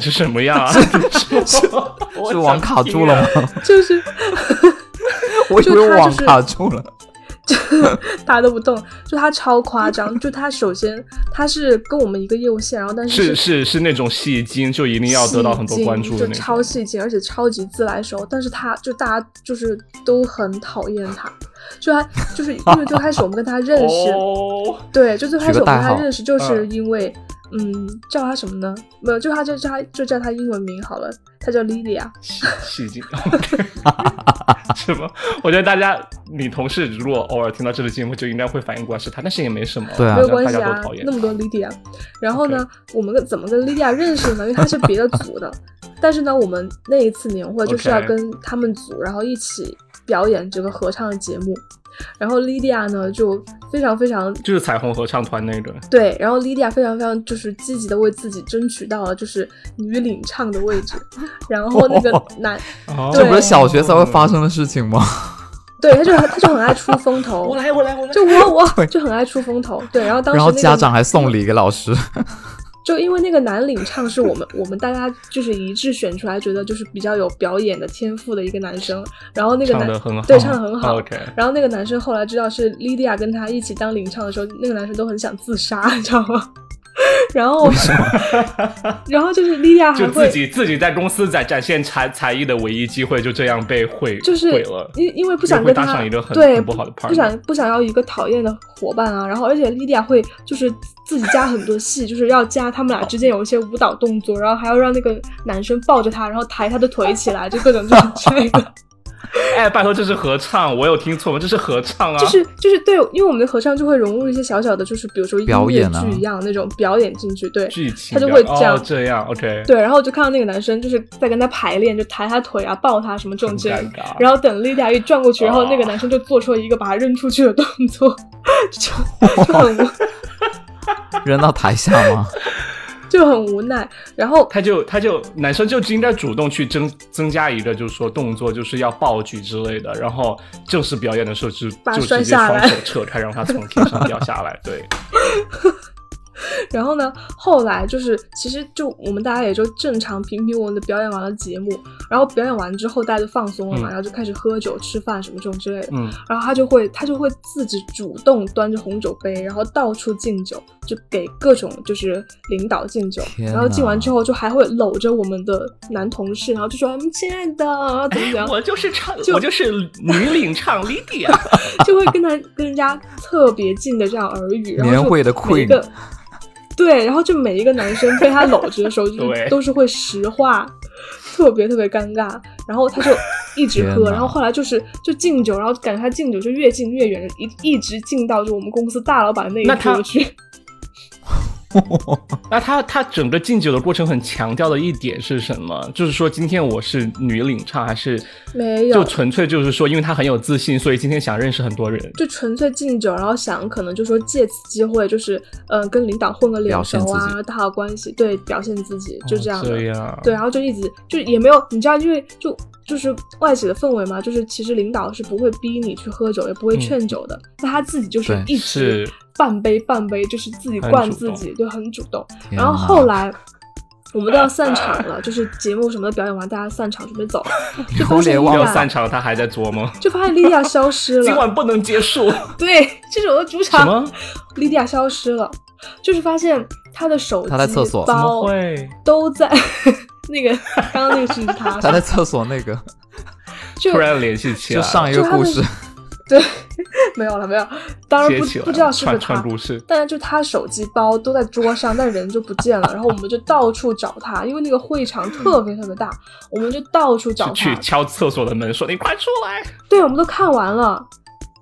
S1: 是什么样啊？
S2: 是
S1: 是
S2: 网卡住
S3: 啊
S2: 了？吗？
S3: 就是
S2: 我以
S3: 就他
S2: 为
S3: 就
S2: 网
S3: 是
S2: 卡住了，
S3: 大家都不动，就他超夸张，就他首先他是跟我们一个业务线，然后但
S1: 是是是那种戏精，就一定要得到很多关注的
S3: 就
S1: 那种。
S3: 超戏精，而且超级自来熟。但是他就大家就是都很讨厌他，就他就是因为最开始我们 跟他认识，
S1: 哦，
S3: 对，就最开
S2: 取
S3: 始
S2: 个
S3: 我
S2: 代
S3: 跟他
S2: 号
S3: 认识就是
S1: 嗯
S3: 因为，嗯，叫他什么呢？没有，就他就叫他就叫他英文名好了，他叫 Lilia。
S1: 戏戏精， 是吗？我觉得大家，你同事如果偶尔听到这个节目，就应该会反应过来是他，但是也没什么，
S2: 对啊
S3: 没有关
S1: 大
S3: 系
S1: 家
S3: 啊
S1: 都讨厌，
S3: 那么多 Lydia。然后呢我们跟怎么跟 Lydia 认识呢？因为她是别的 组的，但是呢，我们那一次年会就是要
S1: OK
S3: 跟他们组，然后一起表演这个合唱的节目。然后 Lydia 呢就非常非常
S1: 就是彩虹合唱团那个，
S3: 对，然后 Lydia 非常非常就是积极的为自己争取到了就是女领唱的 位置，然后那个男，
S2: 这
S3: 对
S2: 不是小学才会发生的事情吗？
S3: 对，他就他就很爱出风 头
S1: 嗯我，来，我来，我来，
S3: 就我我就很爱出风头，对，然后当时
S2: 然后
S3: 那个
S2: 家长还送礼给老 师，
S3: 就因为那个男领唱是我们 我们大家就是一致选出来，觉得就是比较有表演的天赋的一个男生，然后那个
S1: 唱
S3: 男
S1: 的很好，
S3: 对唱的很好。
S1: OK，
S3: 然后那个男生后来知道是 Lydia 跟他一起当领唱的时候，那个男生都很想自杀，你知道吗？ 然后， 然后就是 Lydia 还
S1: 就
S3: 会
S1: 自己自己在公司展展现才才艺的唯一机会，就这样被毁
S3: 就是
S1: 毁了。
S3: 因因为不
S1: 也
S3: 想
S1: 会
S3: 跟
S1: 搭
S3: 他
S1: 上一个很
S3: 对
S1: 很不好的 partner
S3: 想不想要一个讨厌的伙伴啊。然后而且莉迪亚会就是自己加很多戏， 就是要加他们俩之间有一些舞蹈动作，然后还要让那个男生抱着她，然后抬她的腿起来，就各种这种 之类 的。
S1: 哎，拜托，这是合唱，我有听错吗？这是合唱啊！
S3: 就是就是对，因为我们的合唱就会融入一些小小的，就是比如说音
S2: 表
S3: 乐
S2: 演啊
S3: 剧一样、那种表演进去，对。
S1: 剧情
S3: 他就
S1: 表
S3: 会
S1: 哦
S3: 这样
S1: 这样 OK，
S3: 对，然后我就看到那个男生就是在跟他排练，就抬他腿啊、抱他什么这种之类的
S1: 很尴尬。
S3: 然后等莉迪亚一转过去，然后那个
S1: 啊
S3: 男生就做出了一个把他扔出去的动作，就就很无
S2: 扔到台下吗？
S3: 就很无奈。然后
S1: 他就他就男生就应该主动去增增加一个，就是说动作就是要抱举之类的，然后正式表演的时候就
S3: 把他
S1: 就
S3: 摔
S1: 直接
S3: 下来
S1: 双手扯开，让他从天上掉下来。对，
S3: 然后呢，后来就是其实就我们大家也就正常平平稳稳的表演完了节目，然后表演完之后大家就放松了嘛，
S1: 嗯
S3: 然后就开始喝酒、吃饭什么这种之类的。
S1: 嗯，
S3: 然后他就会他就会自己主动端着红酒杯，然后到处敬酒，就给各种就是领导敬酒。
S2: 天
S3: 然后敬完
S2: 哪
S3: 之后，就还会搂着我们的男同事，然后就说：“嗯亲爱的，怎么 怎么样？”
S1: 就是唱
S3: 就
S1: 就是女领唱 Lydia，
S3: 就会跟他跟人家特别近的这样耳语，然后
S2: 年会的
S3: 就每一个
S2: queen
S3: 对，然后就每一个男生被他搂着 的时候，就是
S1: 对
S3: 都是会实话，特别特别尴尬。然后他就一直
S2: 天
S3: 喝，
S2: 哪
S3: 然后后来就是就敬酒，然后感觉他敬酒就越敬越远，一一直敬到就我们公司大老板那一
S1: 那他
S3: 桌去。
S1: 那他他整个敬酒的过程很强调的一点是什么？就是说今天我是女领唱还是
S3: 没有
S1: 就纯粹就是说，因为他很有自信，所以今天想认识很多人。
S3: 就纯粹敬酒，然后想可能就说借此机会，就是呃跟领导混个脸
S2: 表
S3: 熟
S2: 现自己
S3: 啊，打好关系，对，表现自己就这样的。
S1: 哦这样
S3: 对，啊然后就一直就也没有，你知道，因为就就是外企的氛围嘛，就是其实领导是不会逼你去喝酒，也不会劝酒的，那、他自己就是
S2: 对
S3: 一直
S1: 嗯是
S3: 半杯半杯，就是自己
S1: 很
S3: 灌
S1: 主
S3: 自
S1: 动
S3: 己，就很主动。
S2: 天
S3: 然后
S2: 哪
S3: 后来我们 都要散场了，就是节目什么的表演完，大家散场准 备走，就发现
S2: 脸
S3: 莉
S2: 忘
S1: 要
S3: 亚
S1: 散场，他还在琢磨，
S3: 就发现莉亚消失
S1: 今
S3: 了，
S1: 晚不能结束。
S3: 对，这是我的主
S1: 什
S3: 场，
S1: 么？
S3: 莉迪亚消失了，就是发现她的手机、
S2: 她在厕所
S1: 怎么
S3: 包
S1: 会？
S3: 都在 那个刚刚那个是 她，
S2: 他在厕所那个，
S3: 就
S1: 突然联系起
S2: 就
S1: 来了，
S2: 上一个故 事，
S3: 没有了没有，当然
S1: 接
S3: 不
S1: 起来了，
S3: 不知道是不
S1: 串
S3: 是
S1: 串
S3: 她。
S1: 故事。
S3: 但是就她手机包都在桌上，但人就不见了。然后我们就到处找她，因为那个会场特别特别大，我们就到处找
S1: 去
S3: 她
S1: 去。敲厕所的门，说你快出来！
S3: 对，我们都看完了，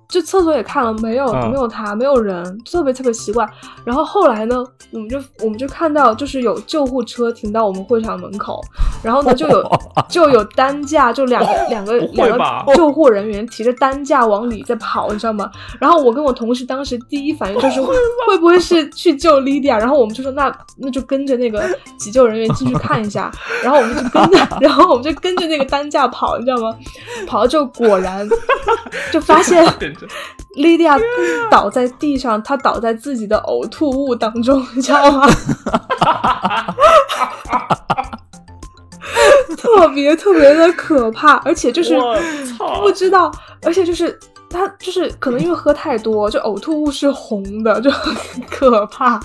S3: 就厕所也看了，没有、
S1: 嗯
S3: 没有他，没有人，特别特别奇怪。然后后来呢，我们就我们就看到就是有救护车停到我们会场门口，然后呢就有就有担架，就两个两个
S1: 不会
S3: 两
S1: 吧
S3: 个救护人员提着担架往里在跑，你知道吗？然后我跟我同事当时第一反应就是会不会是去救 Lydia，然后我们就说那那就跟着那个急救人员进去看一下，然后我们就跟着， 然后我们就跟着那个担架跑，你知道吗？跑到之后果然 就发现 Lydia 倒在地上，她倒在自己的呕吐物当中，你知道吗？特别特别的可怕，而且就是
S1: 我操
S3: 不知道，而且就是他就是可能因为喝太多，就呕吐物是红的，就很可怕。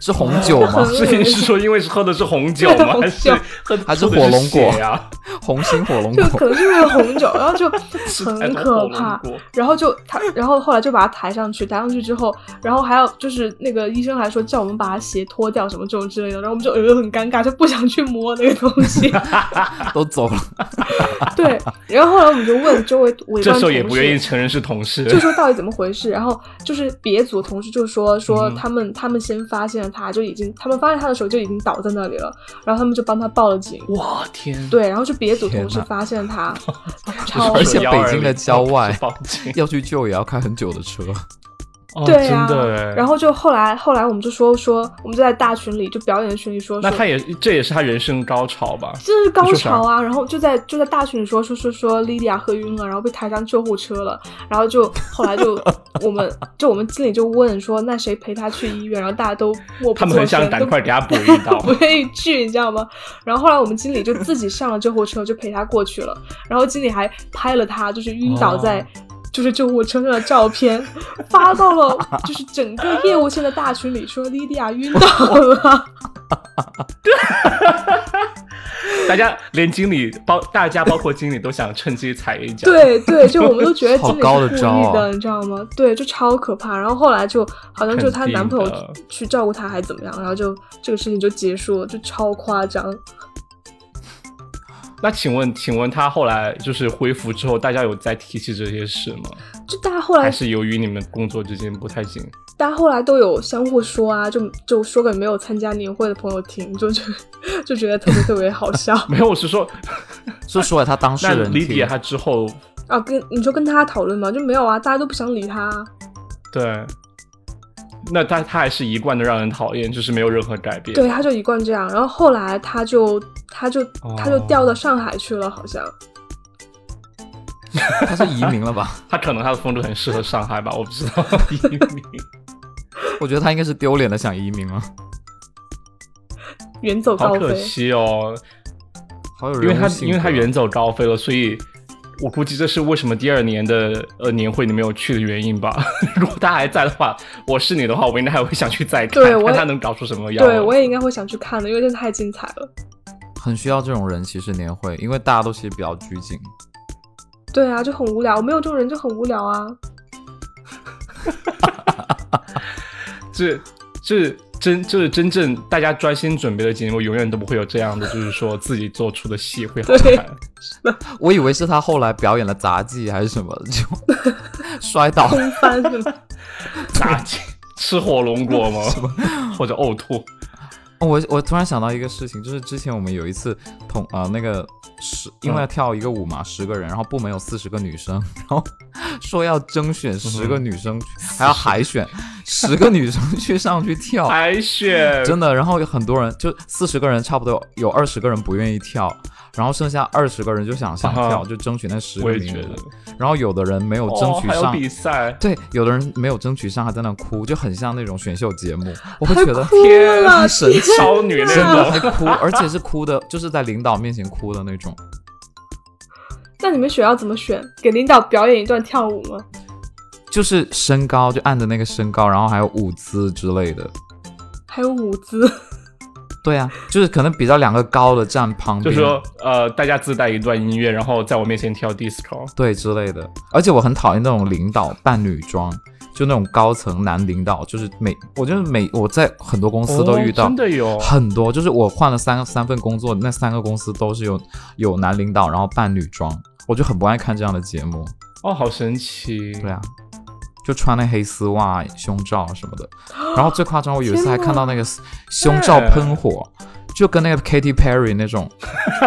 S2: 是红酒吗？
S1: 所以你哦是说，因为是喝的是红酒吗？
S3: 红酒
S1: 还是喝
S2: 还是
S1: 喝的
S2: 火龙果
S1: 血啊呀？
S2: 红心火龙
S3: 就
S2: 果
S3: 可，能是因为红酒，然后就
S1: 是还
S3: 很
S1: 是
S3: 可
S1: 火龙
S3: 怕。
S1: 果
S3: 然后就 他，然后后来就把他抬上去，抬上去之后，然后还有就是那个医生还说叫我们把他鞋脱掉什么这种之类的，然后我们就呃很尴尬，就不想去摸那个东 西。
S2: 都走了，
S3: 对，然后后来我们就问周围围
S1: 这
S3: 观
S1: 时候也
S3: 同
S1: 不愿意
S3: 事
S1: 承认是同事，
S3: 就说到底怎么回事，然后就是别组的同事就说说
S1: 嗯
S3: 他们、他们先发现了他，就已经他们发现他的时候就已经倒在那里了，然后他们就帮他报了警。
S1: 哇天，
S3: 对，然后就别组同
S2: 天
S3: 事
S2: 哪
S3: 发现 他，
S1: 这是
S3: 超
S2: 而且
S1: 120
S2: 北京的郊外
S1: 报警，
S2: 要去救也要开很久的车，
S1: 哦
S3: 对
S1: 真
S3: 啊
S1: 的哎。
S3: 然后就后来后来我们就说说，我们就在大群里就表演群里说
S1: 那
S3: 说，
S1: 他也这也是他人生高潮吧？
S3: 这是高潮啊！然后就在就在大群里说说说说莉迪亚喝晕了，然后被抬上救护车了，然后就后来就我们就我们经理就问说那谁陪他去医院，然后大家都默不
S1: 他们
S3: 作
S1: 很想
S3: 声，
S1: 赶
S3: 都
S1: 快给他补一刀
S3: 不愿意去，你知道吗？然后后来我们经理就自己上了救护车，就陪他过去了。然后经理还拍了他，就是晕倒在、
S1: 哦
S3: 就是救护车上的照片， 发到了就是整个业务线的大群里，说莉迪亚晕倒 了。
S1: 大家连经理包，大家包括经理都想趁机踩一脚。，
S3: 对对，就我们都觉得
S2: 好
S3: 经理
S2: 高的
S3: 是故
S2: 招
S3: 意
S2: 啊
S3: 的，你知道吗？对，就超可怕。然后后来就好像就她男朋友
S1: 肯定的
S3: 去照顾她还怎么样，然后就这个事情就结束了，就超夸张。
S1: 那请问，请问他后来就是恢复之后，大家有再提起这些事吗？
S3: 就大家 后来
S1: 还是由于你们工作之间不太行？
S3: 大家后来都有相互说啊，就就说给没有参加年会的朋友听，就就就觉得特别特别好笑
S1: 没有，我是说，
S2: 就说了他当事
S1: 那
S2: 人
S1: 理解
S2: 听，
S1: 他之后，
S3: 啊。跟你说跟他讨论嘛，就没有啊，大家都不想理他啊。
S1: 对，那他他还是一贯的让人讨厌，就是没有任何改变。
S3: 对，他就一贯这样。然后后来他就他就
S1: 哦
S3: 他就调到上海去了，好像
S2: 他是移民了吧？
S1: 他可能他的风格很适合上海吧，我不知道。移民
S2: 我觉得他应该是丢脸的想移民了，
S3: 远走
S1: 好
S3: 高
S1: 可
S3: 飞。
S1: 惜哦，
S2: 好有
S1: 因为
S2: 人
S1: 他
S2: 物性格，啊
S1: 因为他远走高飞了，所以我估计这是为什么第二年的呃年会你没有去的原因吧。 如果他还在的话，我是你的话，我应该还会想去再看，
S3: 对我
S1: 看
S3: 也
S1: 他能搞出什么样。
S3: 对，我也应该会想去看的，因为真的太精彩了。
S2: 很需要这种人，其实年会，因为大家都其实比较拘谨，
S3: 对啊，就很无聊，没有这种人就很无聊啊。
S1: 这这真这真正大家专心准备的节目，永远都不会有这样的，就是说自己做出的戏会好
S3: 对
S1: 看。
S2: 我以为是他后来表演了杂技还是什么，就 摔倒
S3: 空翻是吗？
S1: 炸鸡吃火龙果吗？或者呕吐？
S2: 我我突然想到一个事情，就是之前我们有一次同啊、呃那个十，因
S1: 嗯
S2: 为要跳一个舞嘛，十个人，然后部门
S1: 嗯
S2: 有四十个女生，然后说要征选十个女生，还要海选，十个女生去上去跳，
S1: 海选
S2: 哦真的。然后有很多人，就四十个人，差不多有有二十个人不愿意跳，然后剩下二十个人就想想
S1: 啊
S2: 跳，
S1: 哈
S2: 就争取那十
S1: 我
S2: 个
S1: 也
S2: 名
S1: 觉得
S2: 额。然后有的人没有争
S1: 哦、
S2: 取
S1: 还有
S2: 上，
S1: 比赛，
S2: 对，有的人没有争取上，还在那哭，就很像那种选秀节目。我会觉得
S3: 哭了
S2: 太，神 奇
S3: 天
S1: 少女
S2: 真的
S1: 那种。
S2: 会哭，而且是哭的，就是在领导面前哭的那种。
S3: 那你们学校怎么选？给领导表演一段跳舞吗？
S2: 就是身高，就按着那个身高，然后还有舞姿之类的。
S3: 还有舞姿，
S2: 对啊，就是可能比较两个高的站旁
S1: 就
S2: 边，
S1: 说呃，大家自带一段音乐，然后在我面前跳 disco。
S2: 对之类的。而且我很讨厌那种领导扮女装，就那种高层男领导，就是每我就是每我在很多公司都遇到。
S1: 哦真的有
S2: 很多，就是我换了三三份工作，那三个公司都是有有男领导，然后扮女装，我就很不爱看这样的节目。
S1: 哦，好神奇。
S2: 对啊，就穿那黑丝袜、胸罩什么的。然后最夸张，我有一次还看到那个胸罩喷火，就跟那个 Katy Perry 那种，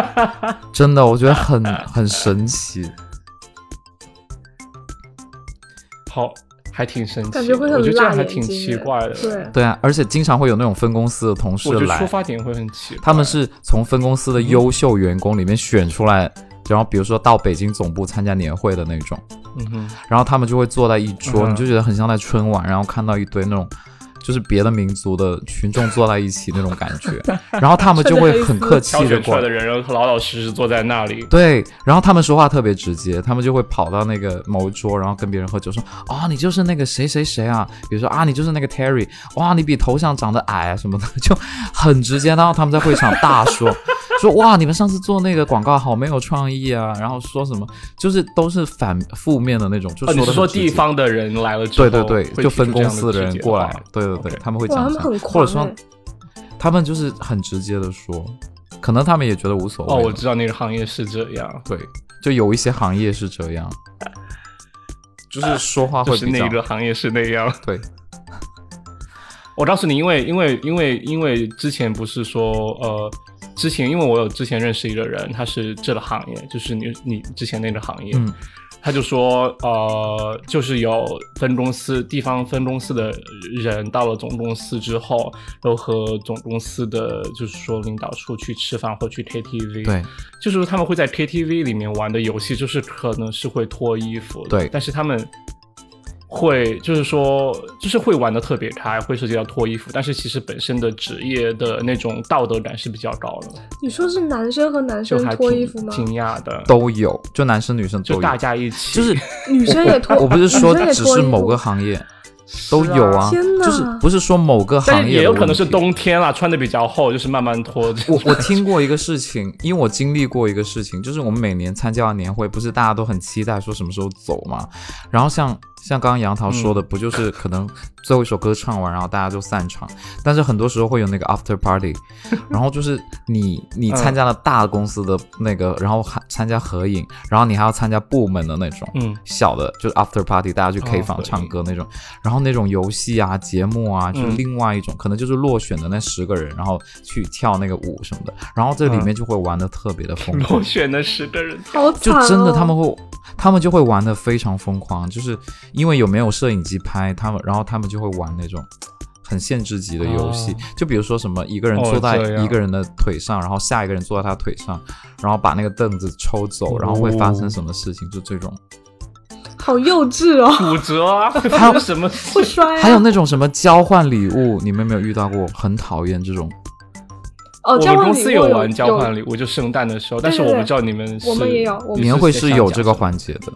S2: 真的，我觉得 很很神奇。
S1: 好，还挺神奇的，
S3: 感觉会很
S1: 我觉得这样
S3: 辣
S1: 还
S3: 眼
S1: 挺
S3: 睛
S1: 奇
S3: 耶
S1: 怪的。
S3: 对，
S2: 对啊，而且经常会有那种分公司的同事
S1: 我觉得出嗯
S2: 来，
S1: 发点会很奇怪。
S2: 他们是从分公司的优秀员工里面选出来。然后比如说到北京总部参加年会的那种，
S1: 嗯哼，
S2: 然后他们就会坐在一桌，
S1: 嗯
S2: 你就觉得很像在春晚，然后看到一堆那种就是别的民族的群众坐在一起那种感觉，然后他们就会很客
S1: 挑
S2: 气的
S1: 选出
S2: 过
S1: 来
S2: 来
S1: 的。人，然后老老实实坐在那里。
S2: 对，然后他们说话特别直接，他们就会跑到那个某一桌，然后跟别人喝酒说：“啊、你就是那个谁谁谁啊，比如说啊，你就是那个 Terry，哇，你比头像长得矮啊什么的，就很直接。”然后他们在会场大说说：“哇，你们上次做那个广告好没有创意啊！”然后说什么就是都是反负面的那种，就
S1: 哦，
S2: 说
S1: 你
S2: 的、
S1: 是说地方的人来了之后
S2: 对
S1: 会
S2: 对
S1: 提出这样的直接话，，
S2: 对就分公司的人过来，对对对
S1: OK
S2: 他们会
S3: 哇，他
S2: 讲
S3: 们很
S2: 讲，
S3: 狂、
S2: 或者说
S3: 哎
S2: 他们就是很直接的说，可能他们也觉得无所
S1: 哦，
S2: 谓
S1: 我
S2: 了。
S1: 知道那个行业是这样，
S2: 对，就有一些行业是这样，就是说话
S1: 就
S2: 会
S1: 是
S2: 比较
S1: 那个行业是那样。
S2: 对，
S1: 我告诉你，因为因为因为因为之前不是说呃，之前因为我有之前认识一个人，他是这个行业，就是你你之前那个行业，
S2: 嗯
S1: 他就说呃，就是有分公司地方分公司的人到了总公司之后，都和总公司的就是说领导处去吃饭或去 KTV，
S2: 对，
S1: 就是说他们会在 KTV 里面玩的游戏，就是可能是会脱衣服的，
S2: 对
S1: 但是他们会就是说就是会玩的特别开，会涉及到脱衣服，但是其实本身的职业的那种道德感是比较高的，
S3: 你说是男生和男
S1: 就
S3: 生
S1: 还
S3: 脱衣
S1: 挺
S3: 服吗？
S1: 惊讶的，
S2: 都有，就男生女生都
S1: 就
S2: 有，
S1: 大家一起
S2: 就是
S3: 女生也脱，
S2: 我不是说
S3: 女生也
S2: 只
S3: 脱
S2: 是
S3: 衣服
S2: 某个行业都有啊，
S3: 天哪
S2: 就是不是说某个
S1: 但
S2: 行
S1: 是
S2: 业
S1: 也
S2: 的
S1: 有可能
S2: 问
S1: 是
S2: 题
S1: 冬天啦，穿的比较厚，就是慢慢脱。
S2: 我我听过一个事情，因为我经历过一个事情，就是我们每年参加完年会，不是大家都很期待说什么时候走嘛？然后像像刚刚杨桃说的，不就是可能最后一首歌唱完，然后大家就散场，但是很多时候会有那个 after party，然 后就是你你参加了大公司的那个，然后还参加合影，然后你还要参加部门的那种，
S1: 嗯
S2: 小的就是 after party，大家去 K
S1: 哦
S2: 房
S1: 合
S2: 唱
S1: 影
S2: 歌那种，然后那种游戏啊、节目啊，就是
S1: 嗯
S2: 另外一种，可能就是落选的那十个人，然后去跳那个舞什么的，然后这里面就会玩的特别的疯狂，
S1: 嗯落选的十个人，
S3: 好惨
S2: 就
S3: 哦！
S2: 真的他们会，他们就会玩的非常疯狂，就是因为有没有摄影机拍他们，然后他们就会玩那种。很限制级的游戏，
S1: 哦
S2: 就比如说什么一个人
S1: 哦
S2: 坐在
S1: 这样
S2: 一个人的腿上，然后下一个人坐在他腿上，然后把那个凳子抽
S1: 哦
S2: 走，然后会发生什么事情，就这种。
S3: 好幼稚哦，
S1: 骨折 啊，
S2: 还有
S1: 什么？
S3: 会摔、啊。
S2: 还有那种什么交换礼物，你们有没有遇到过？很讨厌这种。
S3: 哦，
S1: 我
S3: 交
S1: 们
S3: 换
S1: 公
S3: 礼物
S1: 司
S3: 有
S1: 玩交换
S3: 物，
S1: 礼物，就圣诞的时候，
S3: 对
S1: 但
S3: 对
S1: 是我不知道你们是
S3: 我们也有我们
S2: 年会是有这个
S1: 环
S2: 环节的。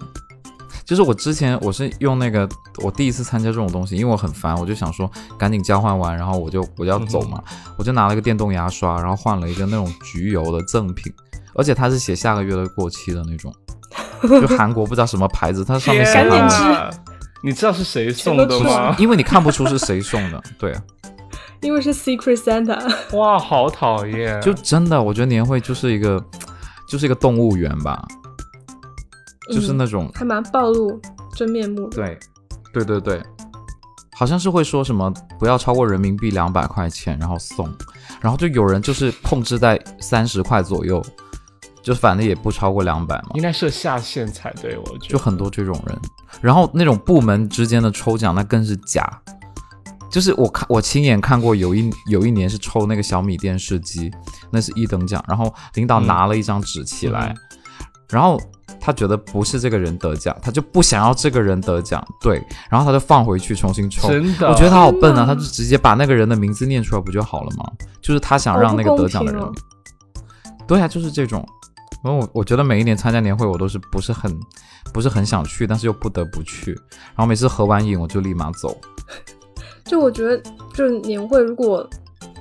S2: 就是我之前我是用那个，我第一次参加这种东西，因为我很烦，我就想说赶紧交换完，然后我就我就要走嘛，我就拿了个电动牙刷，然后换了一个那种焗油的赠品，而且它是写下个月的过期的那 种，就韩国不知道什么牌子，它上面写韩
S3: 天哪
S2: 文
S3: 赶紧吃
S1: 啊你知道是谁送
S3: 全
S1: 的
S3: 都吃
S1: 吗
S3: 了？
S2: 因为你看不出是谁送的， 对啊，
S3: 因为是 Secret Santa，
S1: 哇，好讨厌！
S2: 就真的，我觉得年会就是一个就是一个动物园吧，就是那种
S3: 嗯还蛮暴露真面目的。
S2: 对，对对对，好像是会说什么不要超过人民币两百块钱，然后送，然后就有人就是控制在三十块左右，就反正也不超过两百嘛
S1: 应，该设下限才对，我觉
S2: 就
S1: 得
S2: 很多这种人。然后那种部门之间的抽奖那更是假，就是我看我亲眼看过有一有一年是抽那个小米电视机，那是一等奖，然后领导
S1: 嗯
S2: 拿了一张纸起来，然后他觉得不是这个人得奖，他就不想要这个人得奖，对，然后他就放回去重新抽。
S1: 真的，
S2: 我觉得他好笨啊，
S3: 天哪
S2: 他就直接把那个人的名字念出来不就好了吗？就是他想让那个得奖的人
S3: 哦好不公。
S2: 对啊，就是这种。然后我我觉得每一年参加年会，我都是不是很不是很想去，但是又不得不去。然后每次合完影，我就立马走。
S3: 就我觉得，就是年会如果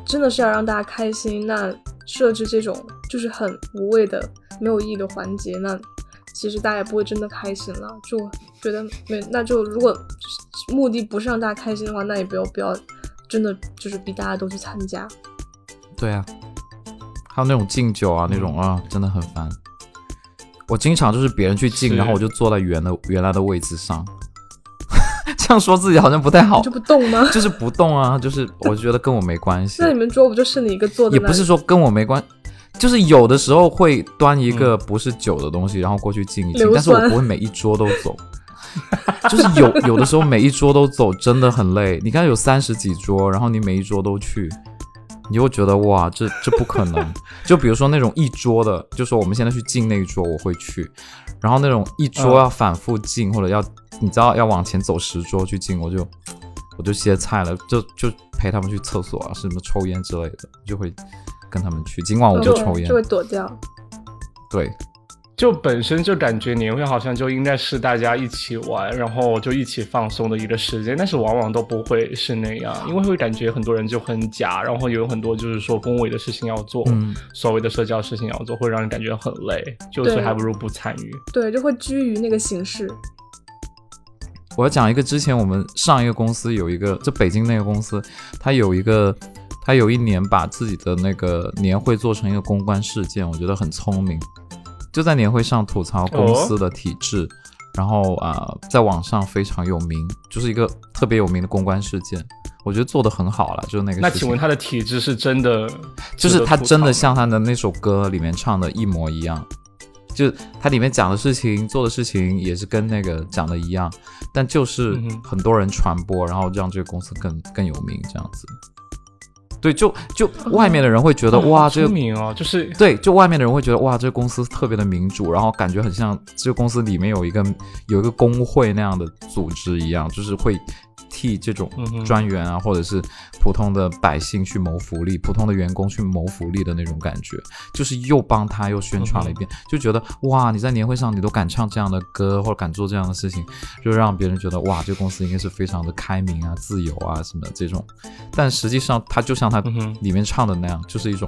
S3: 真的是要让大家开心，那设置这种就是很无谓的、没有意义的环节，那其实大家也不会真的开心了。就觉得没，那就如果目的不是让大家开心的话，那也不要不要真的就是逼大家都去参加。
S2: 对啊，还有那种敬酒啊，那种
S3: 嗯
S2: 啊，真的很烦。我经常就是别人去敬，
S1: 是
S2: 然后我就坐在原的原来的位置上。 这样说自己好像不太好
S3: 你就，不动吗？
S2: 就是不动啊，就是我觉得跟我没关系。
S3: 那你们桌不就剩你一个坐在
S2: 也
S3: 那
S2: 不
S3: 里
S2: 是说跟我没关，就是有的时候会端一个不是酒的东西，然后过去敬一敬，
S3: 硫
S2: 但是我
S3: 酸
S2: 不会每一桌都走。 就是有有的时候每一桌都走真的很累，你看有三十几桌，然后你每一桌都去，你就会觉得哇，这这不可能。就比如说那种一桌的，就说我们现在去敬那一桌，我会去，然后那种一
S1: 嗯
S2: 桌要反复敬、或者要你知道要往前走十桌去敬，我就我就歇菜了，就就陪他们去厕所啊，什么抽烟之类的，就会跟他们去。今晚我
S3: 就
S2: 不抽烟
S3: 就，会躲掉。
S2: 对，
S1: 就本身就感觉年会好像就应该是大家一起玩，然后就一起放松的一个时间，但是往往都不会是那样，
S2: 嗯
S1: 因为会感觉很多人就很假，然后有很多就是说恭维的事情要做，
S2: 嗯，
S1: 所谓的社交事情要做，会让人感觉很累，就
S3: 对
S1: 所以还不如不参与。
S3: 对，就会居于那个形式。
S2: 我要讲一个，之前我们上一个公司有一个，就北京那个公司，它有一个，它有一年把自己的那个年会做成一个公关事件，我觉得很聪明，就在年会上吐槽公司的体
S1: 哦
S2: 制，然后啊、呃在网上非常有名，就是一个特别有名的公关事件，我觉得做的很好了，就是那个
S1: 那
S2: 事
S1: 请
S2: 情
S1: 问他的体质是真的，
S2: 就是他真的
S1: 像。
S2: 像他的那首歌里面唱的一模一样，就他里面讲的事情、做的事情也是跟那个讲的一样，但就是
S1: 嗯哼
S2: 很多人传播，然后让这个公司更更有名这样子。对，就就外面的人会觉得、
S1: 哦
S2: 哇，
S1: 好
S2: 这
S1: 聪
S2: 个
S1: 明哦，就是
S2: 对，就外面的人会觉得哇，这个公司特别的民主，然后感觉很像这个公司里面有一个有一个工会那样的组织一样，就是会替这种
S1: 嗯哼
S2: 专员啊，或者是普通的百姓去谋福利，普通的员工去谋福利的那种感觉，就是又帮他又宣传了一遍，
S1: 嗯
S2: 就觉得哇，你在年会上你都敢唱这样的歌，或者敢做这样的事情，就让别人觉得哇，这个公司应该是非常的开明啊、自由啊什么的这种。但实际上，它就像它
S1: 嗯哼
S2: 里面唱的那样，就是一种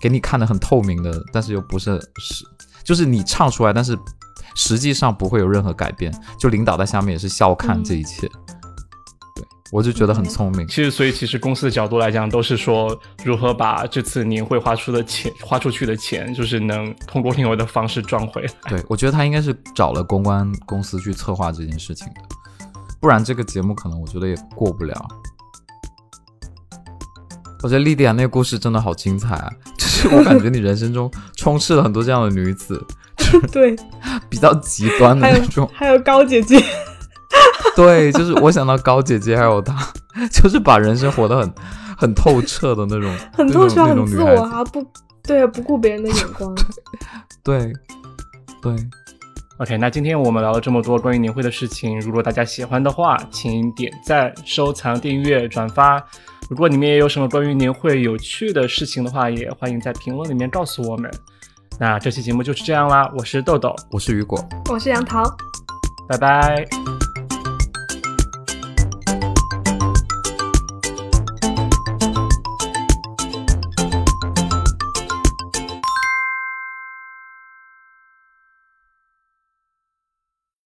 S2: 给你看的很透明的，但是又不是是，就是你唱出来，但是实际上不会有任何改变，就领导在下面也是笑看
S3: 嗯
S2: 这一切。对，我就觉得很聪明。
S1: 其实所以其实公司的角度来讲，都是说如何把这次年会花出的钱花出去的钱，就是能通过另外的方式赚回来。
S2: 对，我觉得他应该是找了公关公司去策划这件事情的，不然这个节目可能我觉得也过不了。我觉得莉迪亚那个故事真的好精彩啊！就是我感觉你人生中充斥了很多这样的女子，
S3: 对，
S2: 比较极端的
S3: 还有
S2: 那种。
S3: 还有高姐姐，
S2: 对，就是我想到高姐姐还有她， 就是把人生活得很很透彻的那种，
S3: 很
S2: 那种
S3: 透彻，
S2: 那
S3: 很
S2: 种女
S3: 自
S2: 孩
S3: 我
S2: 子。
S3: 啊，不对，不顾别人的眼光。啊
S2: 对，对，
S1: OK，那今天我们聊了这么多关于年会的事情，如果大家喜欢的话，请点赞、收藏、订阅、转发。如果你们也有什么关于年会有趣的事情的话，也欢迎在评论里面告诉我们。那这期节目就是这样啦，我是豆豆，
S2: 我是雨果。
S3: 我是杨桃。
S1: 拜拜。